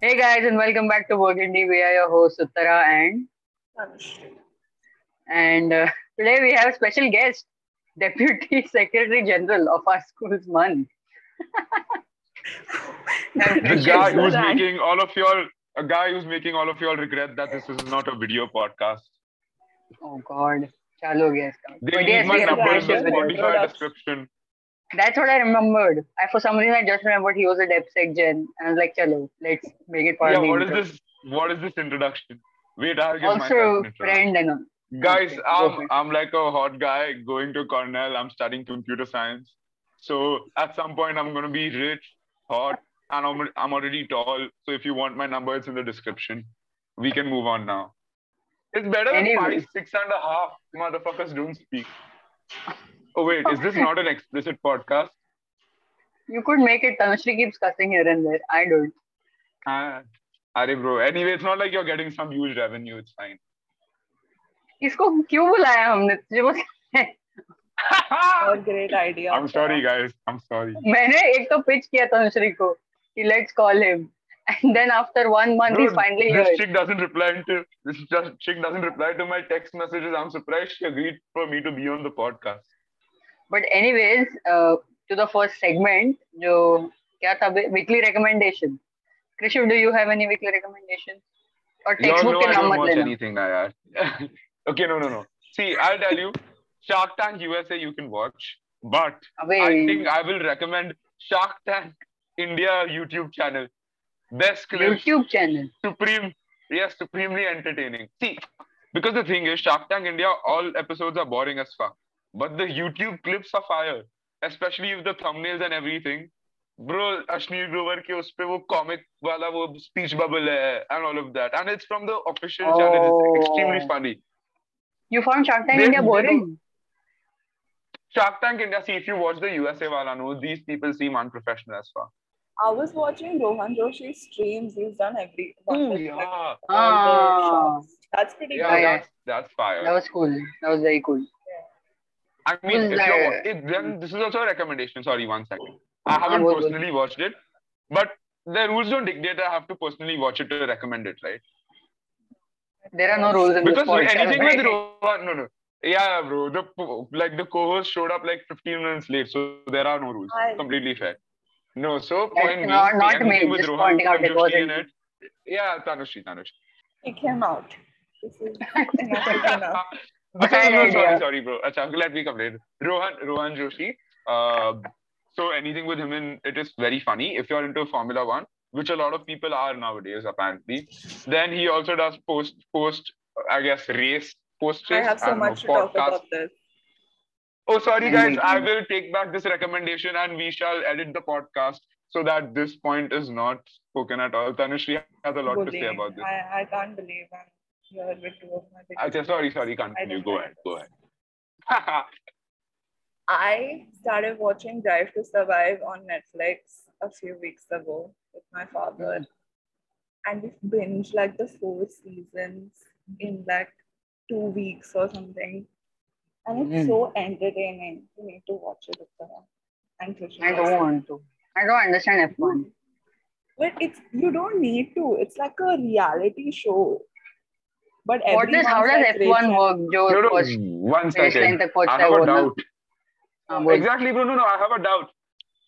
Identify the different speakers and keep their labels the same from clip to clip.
Speaker 1: Hey guys, and welcome back to Work Indie. We are your hosts Uttara and and uh, today we have a special guest, Deputy Secretary General of our school's month.
Speaker 2: the guy
Speaker 1: Yes,
Speaker 2: who's
Speaker 1: Uttara.
Speaker 2: making all of y'all a guy who's making all of y'all regret that this is not a video podcast.
Speaker 1: Oh God, chalo guys.
Speaker 2: They
Speaker 1: But
Speaker 2: need
Speaker 1: yes,
Speaker 2: my
Speaker 1: we have
Speaker 2: number
Speaker 1: a
Speaker 2: in the
Speaker 1: special guest.
Speaker 2: Spotify description.
Speaker 1: That's what I remembered. I for some reason I just remembered he was a DepSec gen, and I was like, chalo, let's make it part
Speaker 2: Yeah,
Speaker 1: of the
Speaker 2: what is
Speaker 1: intro.
Speaker 2: this? What is this introduction? Wait, I'll give myself
Speaker 1: Also,
Speaker 2: an introduction.
Speaker 1: friend and all.
Speaker 2: Guys,
Speaker 1: Hmm. Okay, go for
Speaker 2: I'm
Speaker 1: it.
Speaker 2: I'm like a hot guy going to Cornell. I'm studying computer science. So at some point I'm gonna be rich, hot, and I'm I'm already tall. So if you want my number, it's in the description. We can move on now. It's better than
Speaker 1: Anyway.
Speaker 2: five, six and a half. Motherfuckers don't speak. Oh wait, is this not an explicit podcast?
Speaker 1: You could make it. Tanushree keeps cussing here and there. I don't.
Speaker 2: Ah, Arey bro. Anyway, it's not like you're getting some huge revenue. It's fine.
Speaker 1: इसको क्यों बुलाया हमने तुझे बस-
Speaker 3: What great idea.
Speaker 2: I'm sorry, guys. I'm sorry.
Speaker 1: मैंने एक तो pitch किया तनुश्री को कि let's call him and then after one month ही
Speaker 2: Dude,
Speaker 1: finally
Speaker 2: this
Speaker 1: here
Speaker 2: chick doesn't reply to this just, chick doesn't reply to my text messages. I'm surprised she agreed for me to be on the podcast.
Speaker 1: But anyways to the first segment जो क्या था weekly recommendation Krishi do you have any weekly recommendation और text
Speaker 2: Y'all know
Speaker 1: book के
Speaker 2: I
Speaker 1: नाम
Speaker 2: don't
Speaker 1: मत
Speaker 2: watch
Speaker 1: लेना
Speaker 2: anything, na, yaar. okay, no, no, no. See, I'll tell you, Shark Tank USA you can watch, but
Speaker 1: अबे
Speaker 2: I think I will recommend Shark Tank India YouTube channel. Best clips,
Speaker 1: YouTube channel
Speaker 2: supreme, yes, supremely entertaining. See, because the thing is, Shark Tank India, all episodes are boring as fuck. But the YouTube clips are fire, especially with the thumbnails and everything. Bro, Ashneer Grover के उस पे वो comic वाला वो speech bubble है and all of that. And it's from the official channel. It's extremely
Speaker 1: Oh.
Speaker 2: funny.
Speaker 1: You found Shark Tank
Speaker 2: They-
Speaker 1: India
Speaker 2: they
Speaker 1: boring
Speaker 2: Shark Tank India, see, if you watch the USA wala, no, these people seem unprofessional as fuck.
Speaker 3: I was watching Rohan Joshi streams. He's done every one.
Speaker 2: Ooh,
Speaker 3: like,
Speaker 2: yeah.
Speaker 3: all the
Speaker 1: Ah.
Speaker 3: shots. That's pretty
Speaker 2: Yeah,
Speaker 1: Yeah,
Speaker 3: good.
Speaker 2: that's, that's fire.
Speaker 1: that was cool that was very cool
Speaker 2: I mean,
Speaker 1: Was
Speaker 2: if
Speaker 1: that-
Speaker 2: you're, it, then this is also a recommendation. Sorry, one second. I haven't
Speaker 1: was-
Speaker 2: personally watched it, but the rules don't dictate I have to personally watch it to recommend it, right?
Speaker 1: there are no rules in
Speaker 2: Because
Speaker 1: this podcast
Speaker 2: anything with
Speaker 1: right?
Speaker 2: Rohan, no, no. Yeah, bro. The po- like the co-host showed up like 15 minutes late, so there are no rules.
Speaker 3: I-
Speaker 2: Completely fair. No, so
Speaker 1: That's
Speaker 2: point being,
Speaker 1: not- not
Speaker 2: anything
Speaker 1: me,
Speaker 2: with
Speaker 1: just
Speaker 2: Rohan
Speaker 1: pointing out it
Speaker 2: Joshi
Speaker 1: wasn't
Speaker 2: in it. Yeah, Tanushri, Tanushri.
Speaker 3: He came out. This is enough is enough.
Speaker 2: Okay,
Speaker 1: Bad
Speaker 2: no,
Speaker 1: idea.
Speaker 2: sorry, sorry, bro. Achha, let me complain. Rohan, Rohan Joshi. Uh, so anything with him in it is very funny. If you're into Formula One, which a lot of people are nowadays, apparently. Then he also does post post, uh, I guess, race post
Speaker 3: I
Speaker 2: race.
Speaker 3: have so
Speaker 2: don't know,
Speaker 3: much to talk
Speaker 2: podcast.
Speaker 3: about this.
Speaker 2: Oh, sorry, guys. I
Speaker 1: Mhm.
Speaker 2: will take back this recommendation, and we shall edit the podcast so that this point is not spoken at all. Tanushree has a lot to say
Speaker 3: Bullying.
Speaker 2: about this.
Speaker 3: I, I can't believe I'm here with two of my biggest
Speaker 2: Okay, sorry, sorry.
Speaker 3: I
Speaker 2: Continue.
Speaker 3: don't
Speaker 2: Go
Speaker 3: like
Speaker 2: ahead.
Speaker 3: this.
Speaker 2: Go ahead.
Speaker 3: I started watching Drive to Survive on Netflix a few weeks ago with my
Speaker 1: Mm.
Speaker 3: father. And we've binged like the four seasons in like two weeks or something. And it's
Speaker 1: Mm.
Speaker 3: so entertaining. You need to watch it. Uttara. And Krishna.
Speaker 1: I don't want to. I don't understand F1.
Speaker 3: But it's you don't need to. It's like a reality show. But
Speaker 1: What is,
Speaker 3: everyone's
Speaker 1: how does
Speaker 3: like racing.
Speaker 1: F1 work? जो
Speaker 2: No, no,
Speaker 1: first
Speaker 2: one
Speaker 1: baseline
Speaker 2: second.
Speaker 1: तक पहुंचता
Speaker 2: I
Speaker 1: है
Speaker 2: have
Speaker 1: वो
Speaker 2: a
Speaker 1: ना
Speaker 2: doubt.
Speaker 1: हाँ, बोल।
Speaker 2: Exactly, Bruno. No, I have a doubt.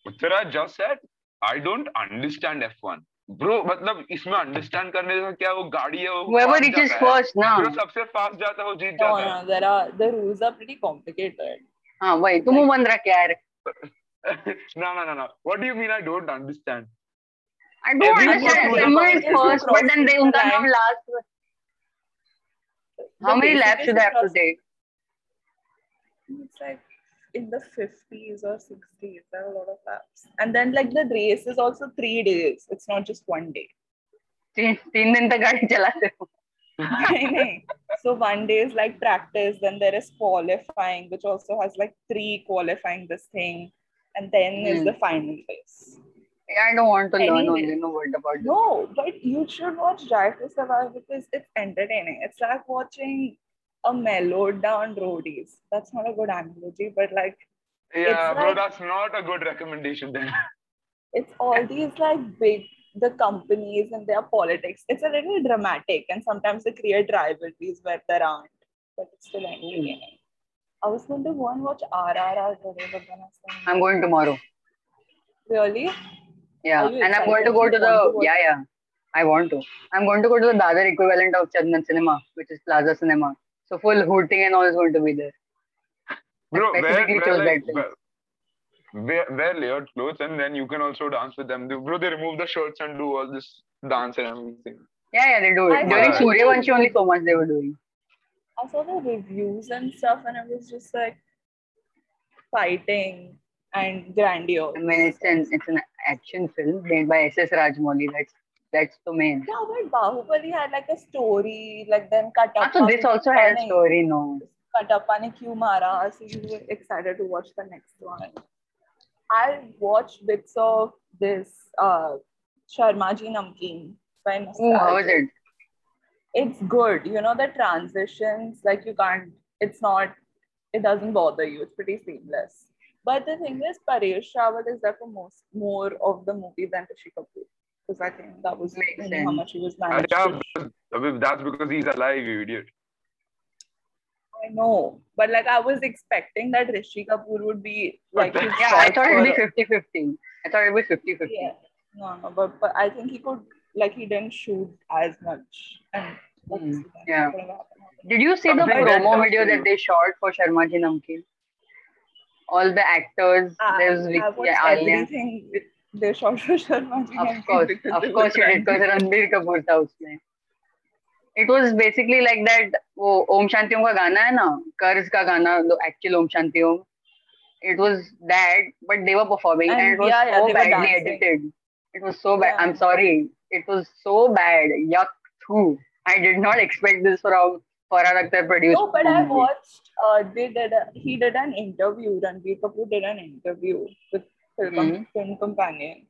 Speaker 2: Uttara just said, I don't understand F1. Bro, मतलब इसमें अंडरस्टैंड करने से क्या वो गाड़ी है वो
Speaker 1: Whoever
Speaker 2: fast
Speaker 1: reaches
Speaker 2: जाता है।
Speaker 1: first ना
Speaker 2: जो सबसे फास्ट जाता है वो जीत
Speaker 3: No,
Speaker 2: जाता है
Speaker 3: no, there are the rules are pretty complicated.
Speaker 1: हाँ वही तुम वो बंद रख यार
Speaker 2: no no no no what do you mean i don't understand
Speaker 1: I don't
Speaker 2: Everyone
Speaker 1: understand
Speaker 2: knows
Speaker 1: someone
Speaker 3: about
Speaker 1: is
Speaker 3: it.
Speaker 1: first but then they उनका
Speaker 3: Right.
Speaker 1: नाम last
Speaker 3: The
Speaker 1: how many
Speaker 3: basic
Speaker 1: laps
Speaker 3: is
Speaker 1: should I have to
Speaker 3: just-
Speaker 1: take
Speaker 3: It's like in the 50s or 60s. There are a lot of laps. And then, like, the race is also three days. It's not just one day.
Speaker 1: तीन तीन दिन तक गाड़ी चलाते हो
Speaker 3: so, one day is like practice. Then there is qualifying, which also has like three qualifying this thing. And then is
Speaker 1: Hmm.
Speaker 3: the final race.
Speaker 1: I don't want to learn
Speaker 3: Anyway.
Speaker 1: only no word about this
Speaker 3: No, but you should watch Drive to Survive because it's entertaining. It's like watching a mellowed down roadies. That's not a good analogy, but like
Speaker 2: yeah
Speaker 3: It's
Speaker 2: bro
Speaker 3: like-
Speaker 2: that's not a good recommendation then
Speaker 3: it's all these like big the companies and their politics. It's a little dramatic, and sometimes they create rivalries where there aren't, but it's still
Speaker 1: Hmm.
Speaker 3: entertaining. I was going to go and watch RRR today, but then I was like,
Speaker 1: I'm going tomorrow.
Speaker 3: really?
Speaker 1: Yeah,
Speaker 3: Are you
Speaker 1: and I'm going to go to
Speaker 3: excited? You want to
Speaker 1: the
Speaker 3: go?
Speaker 1: yeah yeah. I want to. I'm going to go to the Dadar equivalent of Chandan Cinema, which is Plaza Cinema. So full hooting and all is going to be there.
Speaker 2: Bro, wear,
Speaker 1: specifically
Speaker 2: wear,
Speaker 1: chose
Speaker 2: like,
Speaker 1: that thing.
Speaker 2: wear, wear- wear layered clothes and then you can also dance with them. They- Bro, they remove the shirts and do all this dance and everything.
Speaker 1: Yeah, yeah, they do
Speaker 3: I
Speaker 1: it. During
Speaker 2: know.
Speaker 1: Suryavanshi only so much they were doing.
Speaker 3: I saw the reviews and stuff, and it was just like fighting and grandiose.
Speaker 1: I mean, it's an it's an action film made by S. S. Rajmouli. That's that's the main.
Speaker 3: Yeah, but Bahubali had like a story, like then Katappa.
Speaker 1: Ah, so this also has a story, no?
Speaker 3: Katappa ne kyun mara? So you were excited to watch the next one. I watched bits of this uh, Sharmaji Namkeen by
Speaker 1: Ooh, Oh, how is
Speaker 3: Nostalgia.
Speaker 1: it?
Speaker 3: It's good. You know the transitions, like you can't. It's not. It doesn't bother you. It's pretty seamless. But the thing is, Paresh Rawal is there for most more of the movie than Rishi Kapoor because I think that was
Speaker 1: Makes
Speaker 3: you know, how
Speaker 1: sense.
Speaker 3: much he was
Speaker 2: Uh,
Speaker 3: managed.
Speaker 2: yeah,
Speaker 3: to
Speaker 2: because- I mean, that's because he's alive, you idiot.
Speaker 3: I know, but like I was expecting that Rishi Kapoor would be like. his
Speaker 1: Yeah, I
Speaker 3: shot
Speaker 1: thought it'd
Speaker 3: for-
Speaker 1: be 50-50. I thought it'd be 50-50.
Speaker 3: Yeah, no, no, but but I think he could like he didn't shoot as much. And obviously that
Speaker 1: Hmm, yeah.
Speaker 3: could've happened.
Speaker 1: Did you see the
Speaker 2: Something that
Speaker 1: promo
Speaker 2: does
Speaker 1: video
Speaker 2: to
Speaker 1: that
Speaker 2: you.
Speaker 1: they shot for Sharma Ji Namkeen? All the actors,
Speaker 3: Ah,
Speaker 1: there's
Speaker 3: I
Speaker 1: Vicky,
Speaker 3: watched
Speaker 1: Alia.
Speaker 3: everything they shot for Sharma Ji.
Speaker 1: Of
Speaker 3: Namkeen
Speaker 1: course,
Speaker 3: because
Speaker 1: of
Speaker 3: they were
Speaker 1: course you did,
Speaker 3: trying to-
Speaker 1: because Ranbir Kapoor था उसमें. It was basically like that वो ओम शांति ओम का गाना है ना कर्ज का गाना actual Om Shanti Om it was that but they were performing and,
Speaker 3: And
Speaker 1: it was
Speaker 3: yeah, yeah,
Speaker 1: so
Speaker 3: they were
Speaker 1: badly
Speaker 3: dancing.
Speaker 1: edited it was so bad
Speaker 3: Yeah.
Speaker 1: I'm sorry it was so bad yuck too I did not expect this from Farhad Akhtar produced
Speaker 3: No, but I
Speaker 1: movie.
Speaker 3: watched. Uh, they did. A, he did an interview. Ranbir Kapoor did an interview with film,
Speaker 1: Mhm.
Speaker 3: film companion.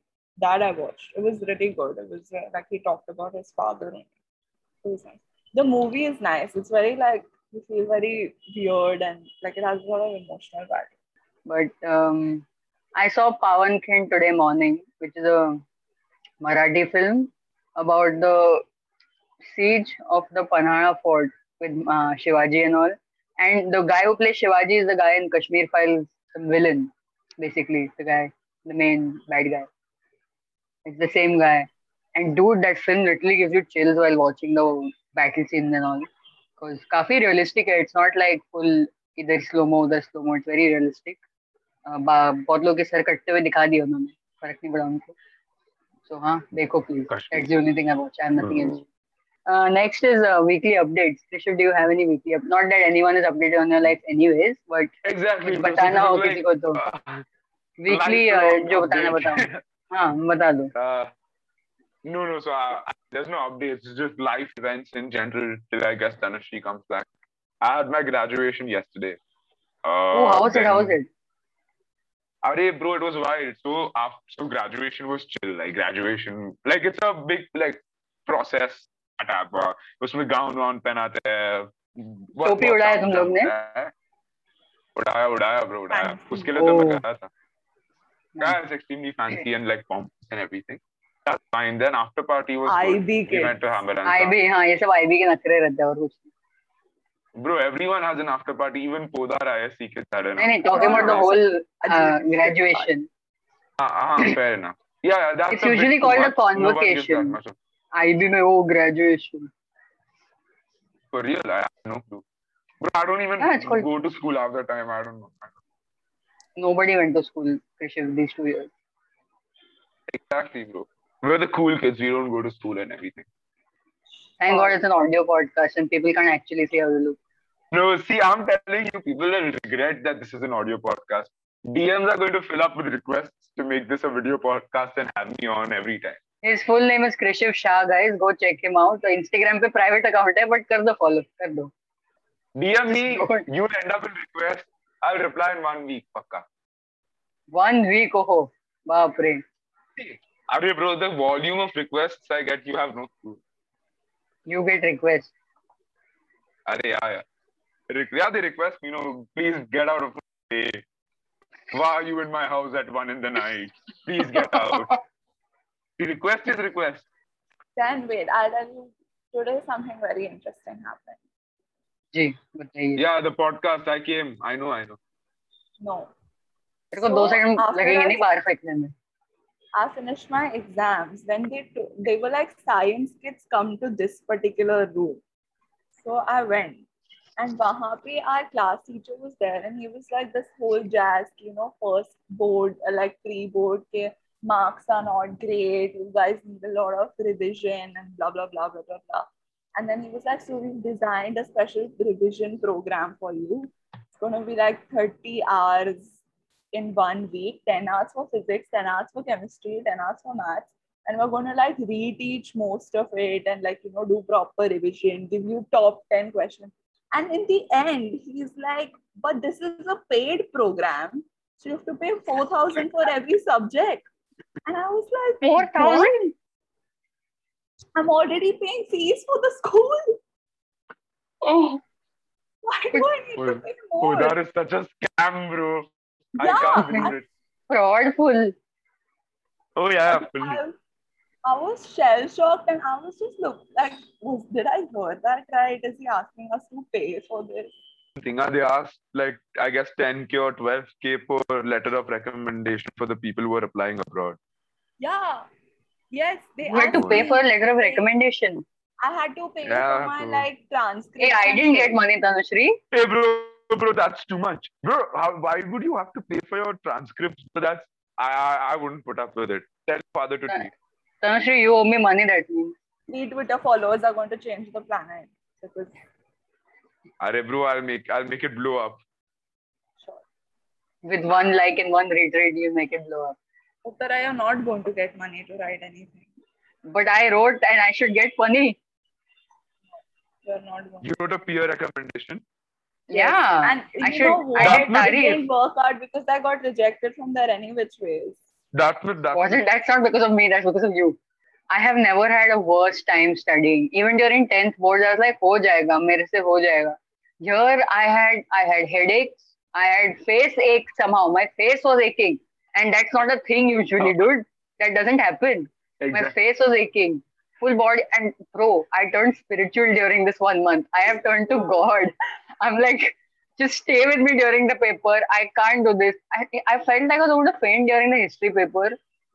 Speaker 3: That I watched. It was really good. It was uh, like he talked about his father. and It was nice. The movie is nice. It's very like you feel very weird and like it has a lot of emotional value.
Speaker 1: But um, I saw Pawan Khin today morning, which is a Marathi film about the siege of the Panhara fort with uh, Shivaji and all. And the guy who plays Shivaji is the guy in Kashmir Files, the villain, basically the guy, the main bad guy. It's the same guy. And dude, that film literally gives you chills while watching the battle scenes and all. Because काफी realistic है. It's not like full इधर slow mo उधर slow mo. It's very realistic. Uh, बा- बहुत लोग के sir कटते हुए दिखा दिए उन्होंने फर्क नहीं पड़ा उनको सो हाँ देखो please
Speaker 2: Kashmir.
Speaker 1: That's the only thing I watch I am nothing
Speaker 2: Hmm.
Speaker 1: Else Uh, next is uh, weekly updates. Rishabh, do you have any weekly up? Not that anyone is updated on your life, anyways, but
Speaker 2: Exactly.
Speaker 1: कुछ
Speaker 2: because
Speaker 1: बताना
Speaker 2: it
Speaker 1: हो
Speaker 2: was
Speaker 1: किसी
Speaker 2: like,
Speaker 1: को तो
Speaker 2: uh,
Speaker 1: weekly
Speaker 2: lifelong
Speaker 1: uh, जो बताना
Speaker 2: update.
Speaker 1: बताओ हाँ बता दो
Speaker 2: Uh, no, no. So uh, there's no updates. It's just life events in general till I guess Dhanashree comes back. I had my graduation yesterday. Uh,
Speaker 1: oh how was it
Speaker 2: then-
Speaker 1: how was it
Speaker 2: Arey, bro, it was wild. So after so graduation was chill. Like graduation, like it's a big like process. हटापा उसमें gown वाउन पहनाते हैं बहुत-
Speaker 1: टोपी
Speaker 2: बहुत
Speaker 1: उड़ाया
Speaker 2: काम
Speaker 1: तुम लोग ने?
Speaker 2: जाता है। उड़ाया उड़ाया ब्रो उड़ाया
Speaker 3: Fancy.
Speaker 2: उसके लिए तो मैं
Speaker 1: Oh.
Speaker 2: कर रहा था yeah it's extremely fancy and like pompous and everything that's fine then after party was good.
Speaker 3: IB
Speaker 2: we
Speaker 3: kid.
Speaker 2: went to Hammeransa.
Speaker 1: आई भी हाँ ये सब आई भी के नखरे रहते हैं और कुछ नहीं।
Speaker 2: bro everyone has an after party even Podar ISC kids had an
Speaker 1: नहीं नहीं talking about the whole graduation
Speaker 2: Ah, ah, fair enough yeah yeah, that's
Speaker 1: It's
Speaker 2: a bit
Speaker 1: usually
Speaker 2: too
Speaker 1: called a
Speaker 2: much. No one gives that
Speaker 1: convocation.
Speaker 2: much of-
Speaker 1: आई भी में वो graduation
Speaker 2: for real I have no clue bro I don't even
Speaker 1: Yeah, it's called-
Speaker 2: go to school after time I don't know
Speaker 1: nobody went to school Rishabh these two years
Speaker 2: exactly bro we're the cool kids we don't go to school and everything
Speaker 1: thank
Speaker 2: Oh.
Speaker 1: god it's an audio podcast and people can actually see how you look
Speaker 2: no see I'm telling you people will regret that this is an audio podcast DMs are going to fill up with requests to make this a video podcast and have me on every time
Speaker 1: his full name is Krishiv Shah guys go check him out Instagram पे private account है but कर दो follow कर दो
Speaker 2: DM me,
Speaker 1: Lord.
Speaker 2: you'll end up in request. I'll reply in one week, pakka.
Speaker 1: One week हो बाप रे
Speaker 2: Arey bro, the volume of requests I get, you have no clue.
Speaker 1: You get request
Speaker 2: Arey, yeah, yeah. Re- yeah, they request, you know, please get out of my way. Why are you in my house at one in the night? Please get out. Request is request.
Speaker 3: Then wait, I'll tell you today something very interesting happened.
Speaker 1: जी बताइए
Speaker 2: Yeah, the podcast. I came. I know. I know.
Speaker 3: No.
Speaker 1: तेरे को दो
Speaker 3: So,
Speaker 1: second
Speaker 3: after
Speaker 1: लगेंगे
Speaker 3: I-
Speaker 1: नहीं बाहर फेंकने में
Speaker 3: I finished my exams. Then they to- they were like science kids come to this particular room. So I went. And वहाँ पे our class teacher was there and he was like this whole jazz, you know, first board, uh, like pre-board के marks are not great. You guys need a lot of revision and blah blah blah blah blah blah. And then he was like, so we've designed a special revision program for you. It's gonna be like 30 hours in one week 10 hours for physics 10 hours for chemistry 10 hours for maths and we're going to like reteach most of it and like you know do proper revision give you top 10 questions and in the end he's like but this is a paid program so you have to pay 4000 for every subject and i was like
Speaker 1: four
Speaker 3: "What?
Speaker 1: Thousand
Speaker 3: i'm already paying fees for the school
Speaker 2: Oh,
Speaker 3: why do i need to
Speaker 2: Well,
Speaker 3: pay
Speaker 2: oh
Speaker 3: more
Speaker 2: that is such a scam, bro. I
Speaker 3: Yeah,
Speaker 2: can't believe it.
Speaker 1: Fraud full
Speaker 2: Oh yeah, fully.
Speaker 3: I, I was shell shocked and I was just look like, was, did I hear that right? Is he asking us to pay for this?
Speaker 2: thing. uh, They asked like I guess 10k or 12k per letter of recommendation for the people who are applying abroad.
Speaker 3: Yeah. Yes, they
Speaker 1: you had to
Speaker 3: asked
Speaker 1: pay
Speaker 3: me.
Speaker 1: for letter of recommendation
Speaker 3: I had to pay for
Speaker 2: Yeah,
Speaker 3: my
Speaker 2: bro.
Speaker 3: like transcript.
Speaker 1: hey I didn't get money Tanushri
Speaker 2: Hey, bro, bro, that's too much, bro. How, why would you have to pay for your transcripts? But that's I, I, I wouldn't put up with it. Tell father to
Speaker 1: Yeah.
Speaker 2: leave.
Speaker 1: Tanushri you owe me money that means
Speaker 3: The Twitter followers are going to change the planet. Because
Speaker 2: Arey, bro, I'll make, I'll make it blow up.
Speaker 3: sure.
Speaker 1: with one like and one retreat you make it blow up
Speaker 3: Uttara, you're not going to get money to write anything.
Speaker 1: but I wrote and I should get money
Speaker 3: You're not going to.
Speaker 2: You wrote a peer recommendation.
Speaker 1: yeah
Speaker 3: And you
Speaker 1: I should
Speaker 3: know what?
Speaker 1: I did
Speaker 2: That
Speaker 3: It didn't
Speaker 1: Tarif
Speaker 3: work out because I got rejected from there any which ways.
Speaker 2: That's with that.
Speaker 1: was it that's not because of me that's because of you I have never had a worse time studying even during 10th boards I was like ho jayega mere se ho jayega here I had I had headaches I had face ache somehow my face was aching and that's not a thing usually dude that doesn't happen my
Speaker 2: Exactly.
Speaker 1: face was aching full body and bro i turned spiritual during this one month i have turned to god i'm like just stay with me during the paper i can't do this i, I felt like i was going to faint during the history paper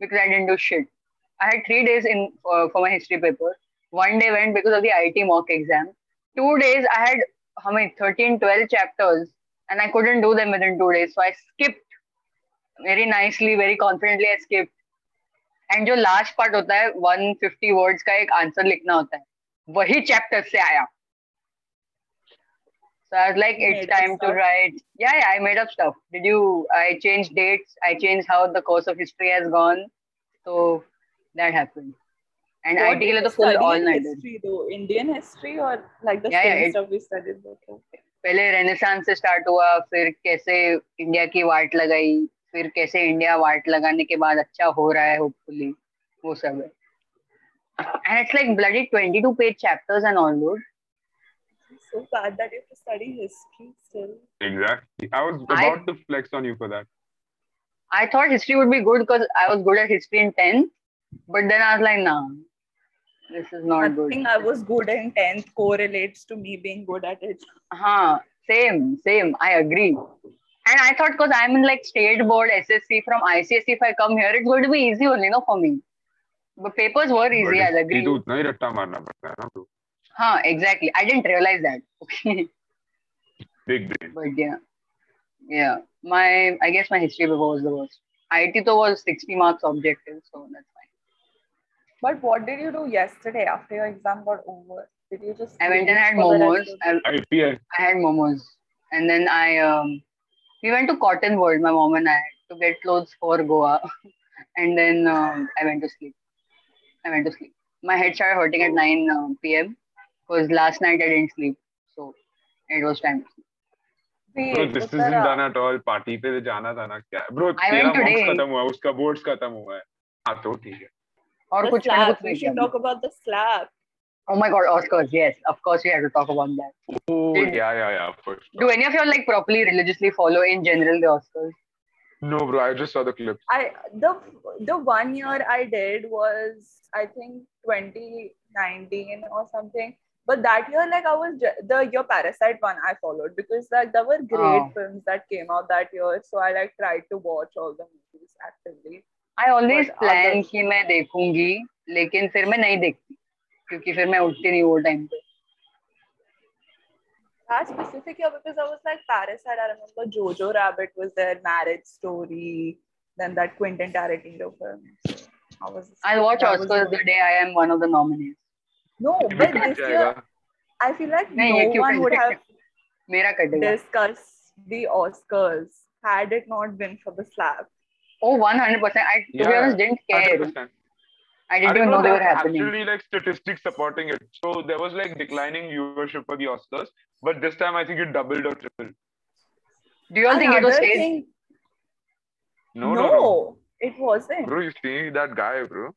Speaker 1: because i didn't do shit i had three days in uh, for my history paper one day went because of the it mock exam two days i had how many 13 12 chapters and i couldn't do them within two days so i skipped very nicely very confidently i skipped and जो last part होता है 150 words का एक answer लिखना होता है वही chapter से आया so i was like
Speaker 3: You
Speaker 1: it's
Speaker 3: made up
Speaker 1: time to
Speaker 3: stuff.
Speaker 1: write yeah, yeah i made up stuff did you i changed dates i changed how the course of history has gone so that happened and
Speaker 3: What
Speaker 1: it
Speaker 3: did
Speaker 1: ke liye
Speaker 3: you
Speaker 1: to full
Speaker 3: study in
Speaker 1: all nighter
Speaker 3: history though? Indian history or like the
Speaker 1: Yeah, yeah,
Speaker 3: same
Speaker 1: it-
Speaker 3: stuff we studied before?
Speaker 1: पहले renaissance से start हुआ फिर कैसे India की वाट लगाई फिर कैसे India वाट लगाने के बाद अच्छा हो रहा है होपफुली वो सब है and it's like bloody 22 page chapters and all dude
Speaker 3: So sad that you have to study history still.
Speaker 2: Exactly. I was
Speaker 1: I-
Speaker 2: about to flex on you for that.
Speaker 1: I thought history would be good because I was good at history in 10th. But then I was like, nah, this is not
Speaker 3: I
Speaker 1: good.
Speaker 3: think I was good in 10th correlates to me being good at it.
Speaker 1: Huh, same, same. I agree. And I thought because I'm in like state board, SSC from ICSC, if I come here, it's going to be easy only, no, for me. But papers were
Speaker 2: But
Speaker 1: easy, I'll
Speaker 2: ये तो
Speaker 1: agree.
Speaker 2: उतना ही रट्टा मारना पड़ता है ना, bro.
Speaker 1: Huh, exactly. I didn't realize that. Okay.
Speaker 2: Big brain.
Speaker 1: but yeah. Yeah. My I guess my history paper was the worst. IT though was 60 marks objective, so that's fine.
Speaker 3: But what did you do yesterday after your exam got over? Did you just
Speaker 1: I went and
Speaker 3: sleep
Speaker 1: had
Speaker 3: for the
Speaker 1: momos.
Speaker 3: rest of-
Speaker 1: I,
Speaker 2: IPL.
Speaker 1: I had momos, and then I um, we went to Cotton World, my mom and I, to get clothes for Goa, and then um, I went to sleep. I went to sleep. My head started hurting at 9 um, p.m. because last night I didn't sleep, so it was time. to sleep.
Speaker 3: Wait,
Speaker 2: Bro, this isn't
Speaker 3: Uttara,
Speaker 2: done at all. Party पे जाना था ना क्या? Bro,
Speaker 1: I went
Speaker 2: तेरा mocks
Speaker 1: today.
Speaker 2: खत्म हुआ, उसका boards खत्म हुआ है. हाँ तो ठीक है.
Speaker 1: Or
Speaker 3: the
Speaker 1: कुछ मैंने
Speaker 3: slap.
Speaker 1: कुछ
Speaker 3: We
Speaker 1: नहीं
Speaker 3: should
Speaker 1: किया.
Speaker 3: talk about the slap.
Speaker 1: Oh my God, Oscars! Yes, of course we have to talk about that.
Speaker 2: Oh
Speaker 1: Did-
Speaker 2: yeah, yeah, yeah. For sure.
Speaker 1: Do any of you all like properly religiously follow in general the Oscars?
Speaker 2: No, bro, I just saw the clip.
Speaker 3: I the the one year I did was I think 2019 or something. But that year, like I was ju- the your Parasite one I followed because like there were great
Speaker 1: Oh.
Speaker 3: films that came out that year, so I like tried to watch all the movies actively.
Speaker 1: I always
Speaker 3: But
Speaker 1: plan
Speaker 3: other-
Speaker 1: कि मैं देखूंगी लेकिन फिर मैं नहीं देखती क्योंकि फिर मैं उठती नहीं वो टाइम पे
Speaker 3: That specific year because I was like Parasite. I remember Jojo Rabbit was there, Marriage Story, then that Quentin Tarantino film. So I was.
Speaker 1: I'll watch
Speaker 3: that was
Speaker 1: Oscars
Speaker 3: the-
Speaker 1: the day I am one of the nominees.
Speaker 3: No, but this year I feel like
Speaker 1: नहीं, ये
Speaker 3: no
Speaker 1: क्यों
Speaker 3: one would
Speaker 1: करेगा?
Speaker 3: have
Speaker 1: मेरा कटेगा
Speaker 3: discuss the Oscars had it not been for the slap.
Speaker 1: Oh, 100%. I, to be
Speaker 2: Yeah.
Speaker 1: honest, didn't care.
Speaker 2: 100%.
Speaker 1: I
Speaker 2: I
Speaker 1: didn't
Speaker 2: didn't
Speaker 1: even know they
Speaker 2: there
Speaker 1: were
Speaker 2: was
Speaker 1: happening.
Speaker 2: Actually, like statistics supporting it. So there was like declining viewership for the Oscars, but this time I think it doubled or tripled.
Speaker 1: Do you all think it was
Speaker 3: Another
Speaker 1: staged?
Speaker 3: thing-
Speaker 2: No,
Speaker 3: no,
Speaker 2: no, no.
Speaker 3: it wasn't.
Speaker 2: Bro, you see that guy, bro?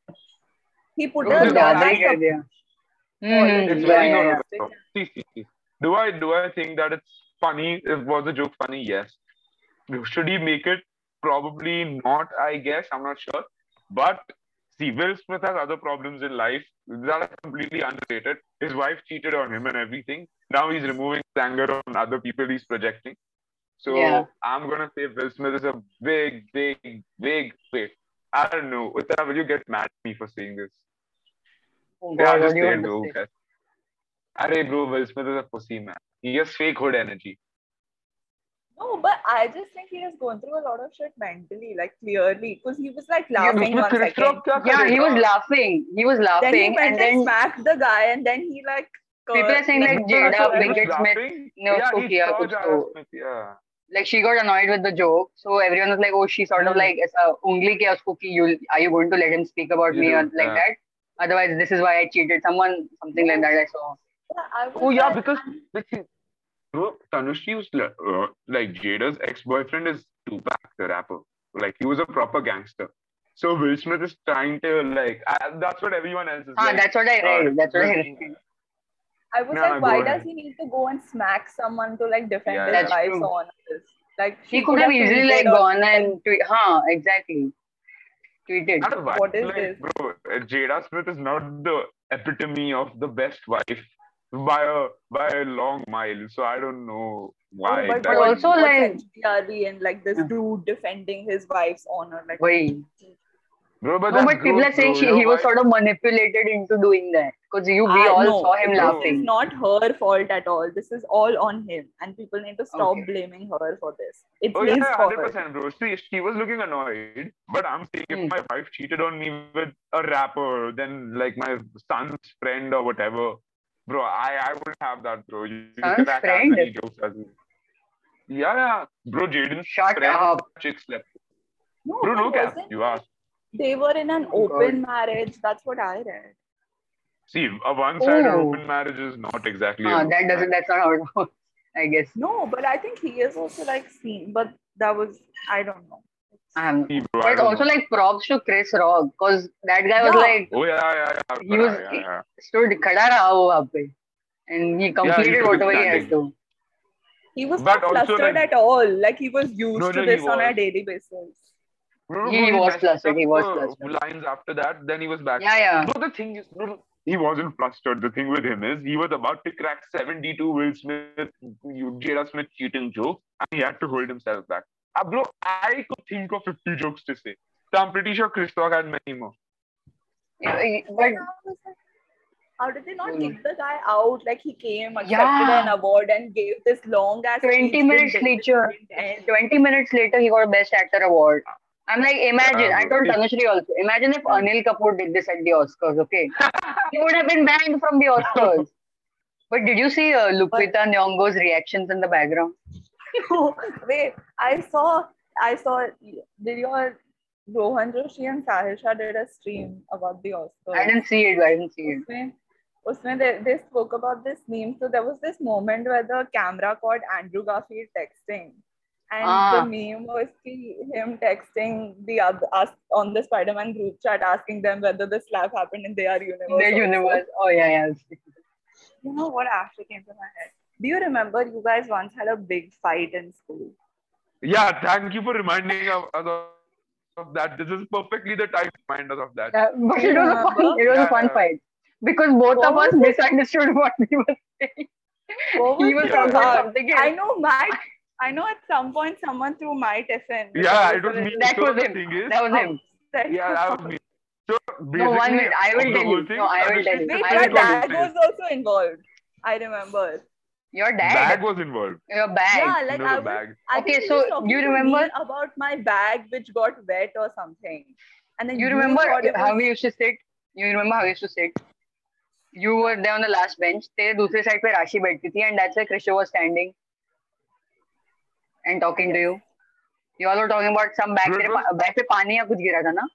Speaker 3: He put
Speaker 1: It
Speaker 2: It
Speaker 3: a
Speaker 1: was Hmm.
Speaker 2: was
Speaker 3: lot
Speaker 1: double
Speaker 3: of
Speaker 1: ही कर दिया.
Speaker 3: Already.
Speaker 1: Hmm,
Speaker 2: It's
Speaker 1: yeah,
Speaker 2: very
Speaker 1: yeah, yeah.
Speaker 2: normal. See, see, see. Do I do I think that it's funny? If was the joke funny? Yes. Should he make it? Probably not. I guess I'm not sure. But see, Will Smith has other problems in life that are completely unrelated. His wife cheated on him and everything. Now he's removing his anger on other people he's projecting. So
Speaker 1: Yeah.
Speaker 2: I'm gonna say Will Smith is a big, big, big wait. I don't know. Uttara, will you get mad at me for saying this?
Speaker 1: Oh,
Speaker 2: Yeah,
Speaker 1: God,
Speaker 2: I'll
Speaker 1: what
Speaker 2: just
Speaker 1: do you
Speaker 2: say
Speaker 1: want
Speaker 2: it,
Speaker 1: to say?
Speaker 2: bro. Okay. Arey, bro, Will Smith is a pussy man. He has fake hood energy.
Speaker 3: No, but I just think he has gone through a lot of shit mentally, like clearly, because he was like
Speaker 2: Yeah,
Speaker 3: laughing
Speaker 2: उसने
Speaker 3: one
Speaker 2: Chris
Speaker 3: second.
Speaker 2: Rock क्या
Speaker 1: Yeah, he
Speaker 2: करेगा?
Speaker 1: was laughing. He was
Speaker 3: Then he
Speaker 1: laughing.
Speaker 3: went
Speaker 1: And
Speaker 3: and,
Speaker 1: then
Speaker 3: smacked the guy, and then he like.
Speaker 1: People are saying, like,
Speaker 2: No, no,
Speaker 1: Jada
Speaker 2: no, he was
Speaker 1: Pinkett Smith
Speaker 2: laughing.
Speaker 1: ने उसको
Speaker 2: Yeah, he
Speaker 1: किया
Speaker 2: saw
Speaker 1: कुछ
Speaker 2: Jada
Speaker 1: तो
Speaker 2: Smith, yeah.
Speaker 1: like she got annoyed with the joke so everyone was like oh she sort of
Speaker 2: Hmm.
Speaker 1: like ऐसा उंगली किया उसको कि you are you going to let him speak about
Speaker 2: You
Speaker 1: me or
Speaker 2: do,
Speaker 1: like
Speaker 2: yeah.
Speaker 1: that otherwise this is why I cheated someone something like that I saw
Speaker 3: I was
Speaker 2: Oh yeah,
Speaker 3: like,
Speaker 2: because like, see, bro, Tanushri was like, uh, like Jada's ex-boyfriend is Tupac the rapper. Like he was a proper gangster. So Will Smith is trying to like I, that's what everyone else is.
Speaker 1: हाँ
Speaker 2: like,
Speaker 1: Ah, that's what I read
Speaker 2: uh,
Speaker 1: that's what I
Speaker 2: Will-
Speaker 1: read
Speaker 3: I was
Speaker 2: No,
Speaker 3: like,
Speaker 2: no, go
Speaker 3: why
Speaker 2: ahead.
Speaker 3: does he need to go and smack someone to like defend
Speaker 2: Yeah,
Speaker 3: his
Speaker 1: yeah.
Speaker 3: wife's
Speaker 1: True.
Speaker 3: honor? Like
Speaker 1: he
Speaker 3: she
Speaker 1: could have easily
Speaker 3: tweeted
Speaker 1: like
Speaker 3: or-
Speaker 1: gone and tweet हाँ exactly tweeted
Speaker 2: Not a wife,
Speaker 3: What is
Speaker 2: like,
Speaker 3: this?
Speaker 2: bro? uh, Jada Smith is not the epitome of the best wife by a by a long mile. So I don't know why.
Speaker 3: Oh, but
Speaker 1: But
Speaker 2: exactly.
Speaker 1: also,
Speaker 3: what
Speaker 1: like-
Speaker 3: century are we in? Like this
Speaker 2: Mm.
Speaker 1: Yeah.
Speaker 3: dude defending his wife's honor, like
Speaker 1: वही
Speaker 2: bro, but
Speaker 1: no
Speaker 2: that's
Speaker 1: but Oh people
Speaker 2: gross,
Speaker 1: are saying
Speaker 2: bro.
Speaker 1: she
Speaker 2: Your
Speaker 1: he was
Speaker 2: wife-
Speaker 1: sort of manipulated into doing that because you we
Speaker 3: I-
Speaker 1: all
Speaker 3: no,
Speaker 1: saw him
Speaker 3: this
Speaker 1: laughing
Speaker 3: is not her fault at all. This is all on him, and people need to stop
Speaker 1: Okay.
Speaker 3: blaming her for this. It's
Speaker 2: Oh
Speaker 3: his
Speaker 2: yeah,
Speaker 3: fault.
Speaker 2: hundred percent, bro. See, she was looking annoyed, but I'm saying if
Speaker 1: Hmm.
Speaker 2: my wife cheated on me with a rapper, then like my son's friend or whatever, bro, I I wouldn't have that, bro. You, you
Speaker 1: Son's
Speaker 2: can crack as
Speaker 1: friend?
Speaker 2: many jokes as you. Yeah, yeah, bro. Jaden's
Speaker 1: shut
Speaker 2: friend
Speaker 1: up
Speaker 2: chick slept.
Speaker 3: No,
Speaker 2: Bro,
Speaker 3: but
Speaker 2: no cap.
Speaker 3: wasn't-
Speaker 2: You asked.
Speaker 3: They were in an
Speaker 1: Oh, God.
Speaker 3: open marriage. That's what I read.
Speaker 2: See, a one-sided
Speaker 1: Oh.
Speaker 2: open marriage is not exactly.
Speaker 1: हाँ
Speaker 2: an
Speaker 1: that
Speaker 2: open
Speaker 1: doesn't that's not how it works I guess
Speaker 3: No, but I think he is also like seen. But that was I don't know.
Speaker 1: um,
Speaker 2: marriage, bro. I
Speaker 1: But
Speaker 2: don't
Speaker 1: also
Speaker 2: know.
Speaker 1: like props to Chris Rock because that guy was
Speaker 3: Yeah.
Speaker 1: like
Speaker 2: Oh yeah, yeah, yeah.
Speaker 1: He was-
Speaker 2: yeah, yeah.
Speaker 1: stood खड़ा रहा वो वहाँ पे and he completed
Speaker 2: took it
Speaker 1: whatever he had
Speaker 2: standing.
Speaker 1: to.
Speaker 3: He was
Speaker 2: But
Speaker 3: not
Speaker 2: also,
Speaker 3: flustered
Speaker 2: like-
Speaker 3: at all. Like he was used
Speaker 2: No,
Speaker 3: to
Speaker 2: no, he
Speaker 3: this on a
Speaker 2: was.
Speaker 3: daily basis.
Speaker 2: Bro,
Speaker 1: He
Speaker 2: bro,
Speaker 1: was
Speaker 2: messed
Speaker 1: flustered,
Speaker 2: up
Speaker 1: he was
Speaker 2: the
Speaker 1: flustered.
Speaker 2: Lines after that, then he was back.
Speaker 1: Yeah, yeah.
Speaker 2: No, the thing is, no, no, he wasn't flustered. The thing with him is he was about to crack 72 Will Smith, you- Jada Smith cheating joke, and he had to hold himself back. Uh, bro, I could think of 50 jokes to say. So I'm pretty sure Chris Rock had many more.
Speaker 1: But
Speaker 3: Then I was like, how did they not
Speaker 1: Hmm.
Speaker 3: kick the guy out? Like he came, accepted
Speaker 1: Yeah.
Speaker 3: an award, and gave this long ass.
Speaker 1: 20
Speaker 3: speech,
Speaker 1: minutes
Speaker 3: didn't-
Speaker 1: later.
Speaker 3: didn't end.
Speaker 1: 20 minutes later he got Best Actor award. I'm like, imagine. I told Tanushree also. Imagine if Anil Kapoor did this at the Oscars. Okay, he would have been banned from the Oscars. But did you see uh, Lupita Nyong'o's reactions in the background?
Speaker 3: No, Wait, I saw, I saw. Did your Rohan Joshi and Sahil Shah did a stream about the Oscars?
Speaker 1: I didn't see it. I didn't see it.
Speaker 3: उसमें उसमें they, they spoke about this meme. So there was this moment where the camera caught Andrew Garfield texting. And the
Speaker 1: Ah.
Speaker 3: meme was ki- him texting the other us on the Spider-Man group chat asking them whether the slap happened in their universe.
Speaker 1: The
Speaker 3: also.
Speaker 1: universe. Oh yeah, yeah.
Speaker 3: You know what actually came to my head? Do you remember you guys once had a big fight in school?
Speaker 2: Yeah, thank you for reminding us of, of that. This is perfectly the time to remind us of that.
Speaker 1: Yeah, but it was a fun, it was a fun
Speaker 2: Yeah.
Speaker 1: fight because both of us misunderstood what he was saying.
Speaker 3: What
Speaker 1: He
Speaker 3: was
Speaker 1: was
Speaker 3: the
Speaker 1: talking about
Speaker 3: thought?
Speaker 1: something
Speaker 3: I
Speaker 1: else.
Speaker 3: know my. I know at some point someone threw my tiffin.
Speaker 2: Yeah, it was me.
Speaker 1: That
Speaker 2: so
Speaker 1: was
Speaker 2: the
Speaker 1: him.
Speaker 2: thing is,
Speaker 1: That was him.
Speaker 2: yeah, that was me. So basically,
Speaker 1: No, one minute. I
Speaker 2: of
Speaker 1: will
Speaker 2: the
Speaker 1: tell
Speaker 2: whole
Speaker 1: you.
Speaker 2: thing,
Speaker 1: No, I will
Speaker 2: Anushka's
Speaker 1: tell you.
Speaker 3: Wait,
Speaker 1: I
Speaker 3: my
Speaker 1: will tell you.
Speaker 3: dad was also involved. I remember.
Speaker 1: Your
Speaker 2: bag
Speaker 1: dad,
Speaker 2: was involved.
Speaker 1: your bag.
Speaker 3: Yeah, like
Speaker 2: no,
Speaker 3: I
Speaker 2: the
Speaker 3: was.
Speaker 2: bag.
Speaker 3: I
Speaker 1: Okay,
Speaker 3: think he
Speaker 1: so
Speaker 3: was talking
Speaker 1: you
Speaker 3: to
Speaker 1: remember-
Speaker 3: me about my bag which got wet or something, and then
Speaker 1: You remember
Speaker 3: thought it
Speaker 1: how
Speaker 3: was-
Speaker 1: we used to sit? You remember how we used to sit? You were there on the last bench. तेरे दूसरे side पे राशि बैठती थी and that's where Krishu was standing and talking to you. You all were talking about some bag तेरे पा- bag पे पानी या कुछ गिरा था ना?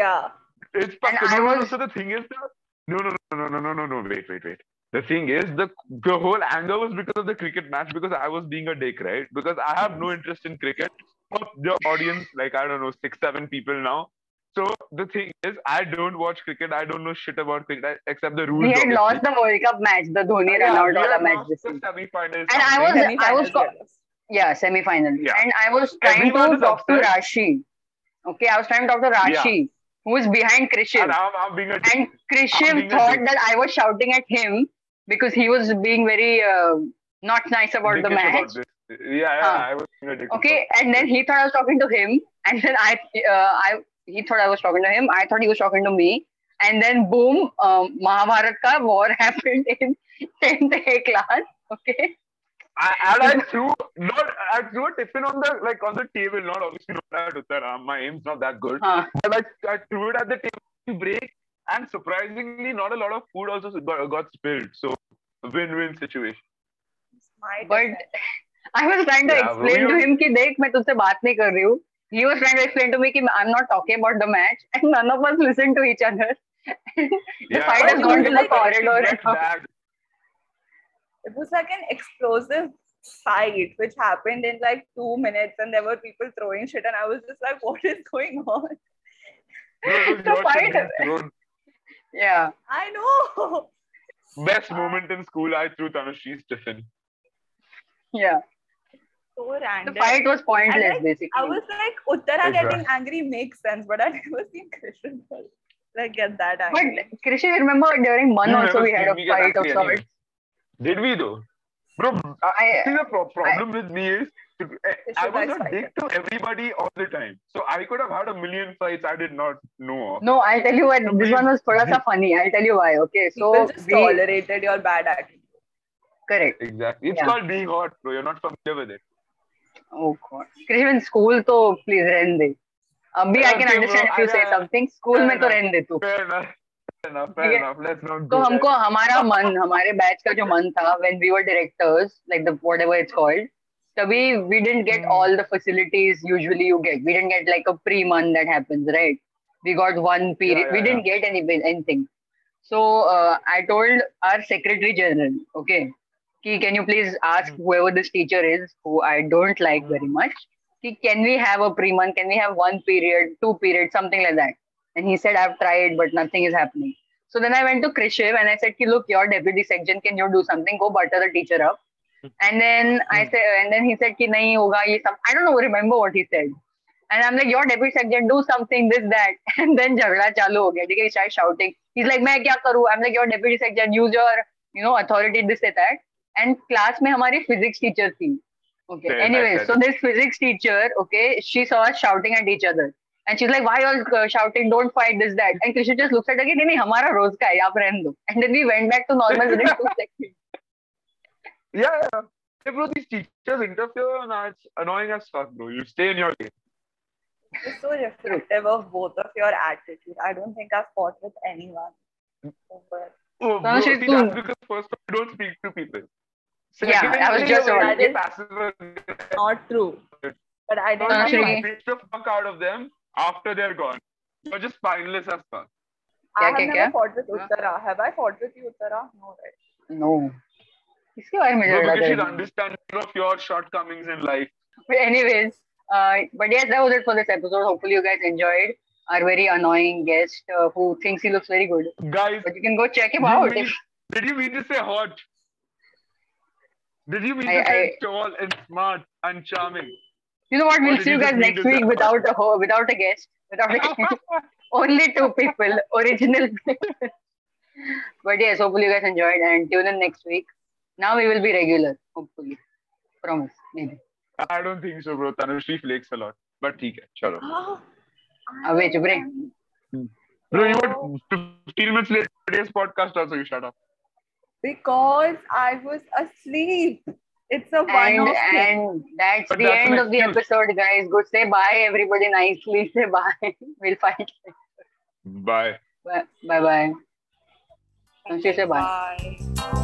Speaker 3: Yeah.
Speaker 2: It's
Speaker 1: And
Speaker 2: perfect.
Speaker 1: I
Speaker 2: No, no, no.
Speaker 1: was-
Speaker 2: So the thing is, the, no, no, no, no, no, no, no, no. Wait, wait, wait. The thing is, the the whole anger was because of the cricket match because I was being a dick, right? Because I have no interest in cricket. But the audience, like I don't know, six, seven people now. So the thing is, I don't watch cricket. I don't know shit about cricket except the rules.
Speaker 1: We had
Speaker 2: obviously.
Speaker 1: lost the World Cup match, the Dhoni
Speaker 2: Yeah,
Speaker 1: run out
Speaker 2: we
Speaker 1: all
Speaker 2: had
Speaker 1: the match
Speaker 2: lost
Speaker 1: this
Speaker 2: the
Speaker 1: season.
Speaker 2: semi-finals.
Speaker 1: And I was-
Speaker 3: semi-finals
Speaker 1: I was co-
Speaker 3: were us.
Speaker 1: Yeah, semi-final.
Speaker 2: Yeah.
Speaker 1: And I was trying
Speaker 2: Everyone
Speaker 1: to
Speaker 2: is
Speaker 1: talk to
Speaker 2: upset.
Speaker 1: Rashi. Okay, I was trying to talk to Rashi, who is behind Krishu.
Speaker 2: and I'm, I'm being a dick.
Speaker 1: and Krishiv
Speaker 2: being a
Speaker 1: thought
Speaker 2: dick.
Speaker 1: that I was shouting at him because he was being very uh, not nice about the
Speaker 2: dickish
Speaker 1: match.
Speaker 2: about this. Yeah, yeah,
Speaker 1: Huh.
Speaker 2: I was being a dick.
Speaker 1: Okay, and then he thought I was talking to him, and then I, uh, I, he thought I was talking to him. I thought he was talking to me, and then boom, um, Mahabharat ka war happened in tenth A class. Okay,
Speaker 2: I, and I threw not I threw a tiffin on the like on the table, not obviously not at Uttaram. My aim's not that good.
Speaker 1: huh.
Speaker 2: But like I threw it at the table break, and surprisingly, not a lot of food also got, got spilled. So win-win situation.
Speaker 3: My
Speaker 1: But I was trying to
Speaker 2: Yeah,
Speaker 1: explain
Speaker 2: we
Speaker 1: to
Speaker 2: were-
Speaker 1: him कि देख मैं तुझसे बात नहीं कर रही हूँ. He was trying to explain to me कि I'm not talking about the match, and none of us listened to each other. The fight
Speaker 3: has gone to the
Speaker 1: corridor
Speaker 2: That's
Speaker 1: and all.
Speaker 2: bad.
Speaker 3: it was like an explosive fight which happened in like two minutes and there were people throwing shit and i was just like what is going on
Speaker 2: No, it was
Speaker 1: The
Speaker 2: your
Speaker 1: fight-
Speaker 2: turn. You threw-
Speaker 1: yeah.
Speaker 3: i know
Speaker 2: Best moment in school, I threw Tanushri's tiffin.
Speaker 1: Yeah,
Speaker 3: so
Speaker 1: the
Speaker 3: random
Speaker 1: fight was pointless
Speaker 3: like,
Speaker 1: basically.
Speaker 3: i was like uttara
Speaker 2: Exactly.
Speaker 3: getting angry makes sense but i never seen krishna like get that
Speaker 1: but
Speaker 3: angry
Speaker 1: Krishan, remember during one
Speaker 2: You
Speaker 1: also
Speaker 2: never
Speaker 1: we had
Speaker 2: seen
Speaker 1: a
Speaker 2: me get
Speaker 1: fight of
Speaker 2: angry
Speaker 1: sorts.
Speaker 2: anyway. Did we though? Bro,
Speaker 1: I-
Speaker 2: I, see the pro- problem with me is I- I
Speaker 3: should
Speaker 2: was
Speaker 3: I
Speaker 2: a
Speaker 3: fight
Speaker 2: dick to everybody all the time. So I could have had a million fights I did not know of.
Speaker 1: No, I'll tell you what.
Speaker 2: No,
Speaker 1: This one was thoda sa funny. I'll tell you why. Okay, so
Speaker 3: people just
Speaker 1: we
Speaker 3: tolerated your bad attitude
Speaker 1: correct.
Speaker 2: Exactly. It's
Speaker 1: Yeah.
Speaker 2: called being hot, bro. You're not familiar with it.
Speaker 1: Oh God, Krishan, school तो please रहने दे. अभी I can
Speaker 2: Okay, bro,
Speaker 1: understand if you say
Speaker 2: I-
Speaker 1: something. School में तो
Speaker 2: I-
Speaker 1: रहने दे तू.
Speaker 2: Fair enough. Fair enough. Fair
Speaker 1: ठीक है।
Speaker 2: enough. Let's not
Speaker 1: तो
Speaker 2: go
Speaker 1: हमको हमारा मन हमारे बैच का जो मन था when we were directors like the whatever it's called तभी we didn't get
Speaker 2: Hmm.
Speaker 1: all the facilities usually you get we didn't get like a pre month that happens right we got one period
Speaker 2: yeah,
Speaker 1: we didn't get any anything so uh, I told our secretary general okay कि can you please ask
Speaker 2: Hmm.
Speaker 1: whoever this teacher is who I don't like very much कि can we have a pre month can we have one period two periods something like that and he said I've tried but nothing is happening so then I went to Krishiv and I said कि look your deputy section can you do something go butter the teacher up and then I said and then he said कि नहीं होगा ये सब I don't know remember what he said and I'm like your deputy section do something this that and then झगड़ा चालू हो गया ठीक है he started shouting he's like मैं क्या करूँ I'm like your deputy section use your you know authority this and that and class में हमारी physics teacher थी okay
Speaker 2: Fair,
Speaker 1: anyway
Speaker 2: fair,
Speaker 1: so this physics teacher okay she saw us shouting at each other and she's like why you all uh, shouting don't fight this that and Krishan just looks at her कि नहीं नहीं हमारा रोज का है आप रहने दो and then we went back to normal within two seconds
Speaker 2: Yeah, yeah. Hey, bro, these teachers interfere and it's annoying as fuck, bro. You stay in your game.
Speaker 3: it was so reflective of both of your attitude i don't think i've fought with anyone over
Speaker 2: Oh, bro,
Speaker 1: Tanushri,
Speaker 2: see,
Speaker 1: tu-
Speaker 2: that's because first of all, you don't speak to people.
Speaker 1: Yeah, I was
Speaker 2: Secondly,
Speaker 1: just
Speaker 2: you're
Speaker 3: about
Speaker 2: very
Speaker 3: it.
Speaker 2: passive
Speaker 3: not true but i
Speaker 1: No,
Speaker 3: didn't have
Speaker 2: Don't
Speaker 1: Actually-
Speaker 2: you beat the fuck out of them after they're gone. You're just spineless as fuck.
Speaker 3: I
Speaker 1: क्या-
Speaker 3: have
Speaker 1: क्या-
Speaker 3: never
Speaker 1: क्या?
Speaker 3: fought with Uttara. Have I fought with you, Uttara? No, right?
Speaker 1: no इसके बारे में
Speaker 2: No,
Speaker 1: झगड़ा
Speaker 2: because she's
Speaker 1: करेंगे।
Speaker 2: understanding of your shortcomings in life.
Speaker 1: But anyways, uh, but yes, that was it for this episode. Hopefully, you guys enjoyed our very annoying guest uh, who thinks he looks very good.
Speaker 2: Guys,
Speaker 1: But you can go check him
Speaker 2: did you
Speaker 1: out.
Speaker 2: mean, did you mean to say hot? Did you mean
Speaker 1: I-
Speaker 2: to say
Speaker 1: I-
Speaker 2: tall and smart and charming?
Speaker 1: You know what? We'll
Speaker 2: Already
Speaker 1: see you
Speaker 2: the
Speaker 1: guys
Speaker 2: queen
Speaker 1: next
Speaker 2: is
Speaker 1: week
Speaker 2: there.
Speaker 1: without a ho- without a guest, without a guest. only two people, original. but yes, hopefully you guys enjoyed and tune in next week. Now we will be regular, hopefully. Promise, maybe.
Speaker 2: I don't think so, bro. Tanushri flakes a lot. But ठीक है, चलो.
Speaker 3: Oh,
Speaker 1: Ah, wait, you bring.
Speaker 2: Bro, you were
Speaker 1: Oh.
Speaker 2: 15 minutes late for today's podcast also, you shut up.
Speaker 3: Because I was asleep. It's a one
Speaker 1: And
Speaker 3: off thing.
Speaker 1: and that's
Speaker 2: But
Speaker 1: the
Speaker 2: that's an
Speaker 1: end of the
Speaker 2: excuse.
Speaker 1: episode, guys. Good say bye, everybody. Nicely say bye. we'll fight.
Speaker 2: Bye.
Speaker 1: Bye bye. Don't you say bye.
Speaker 3: Bye.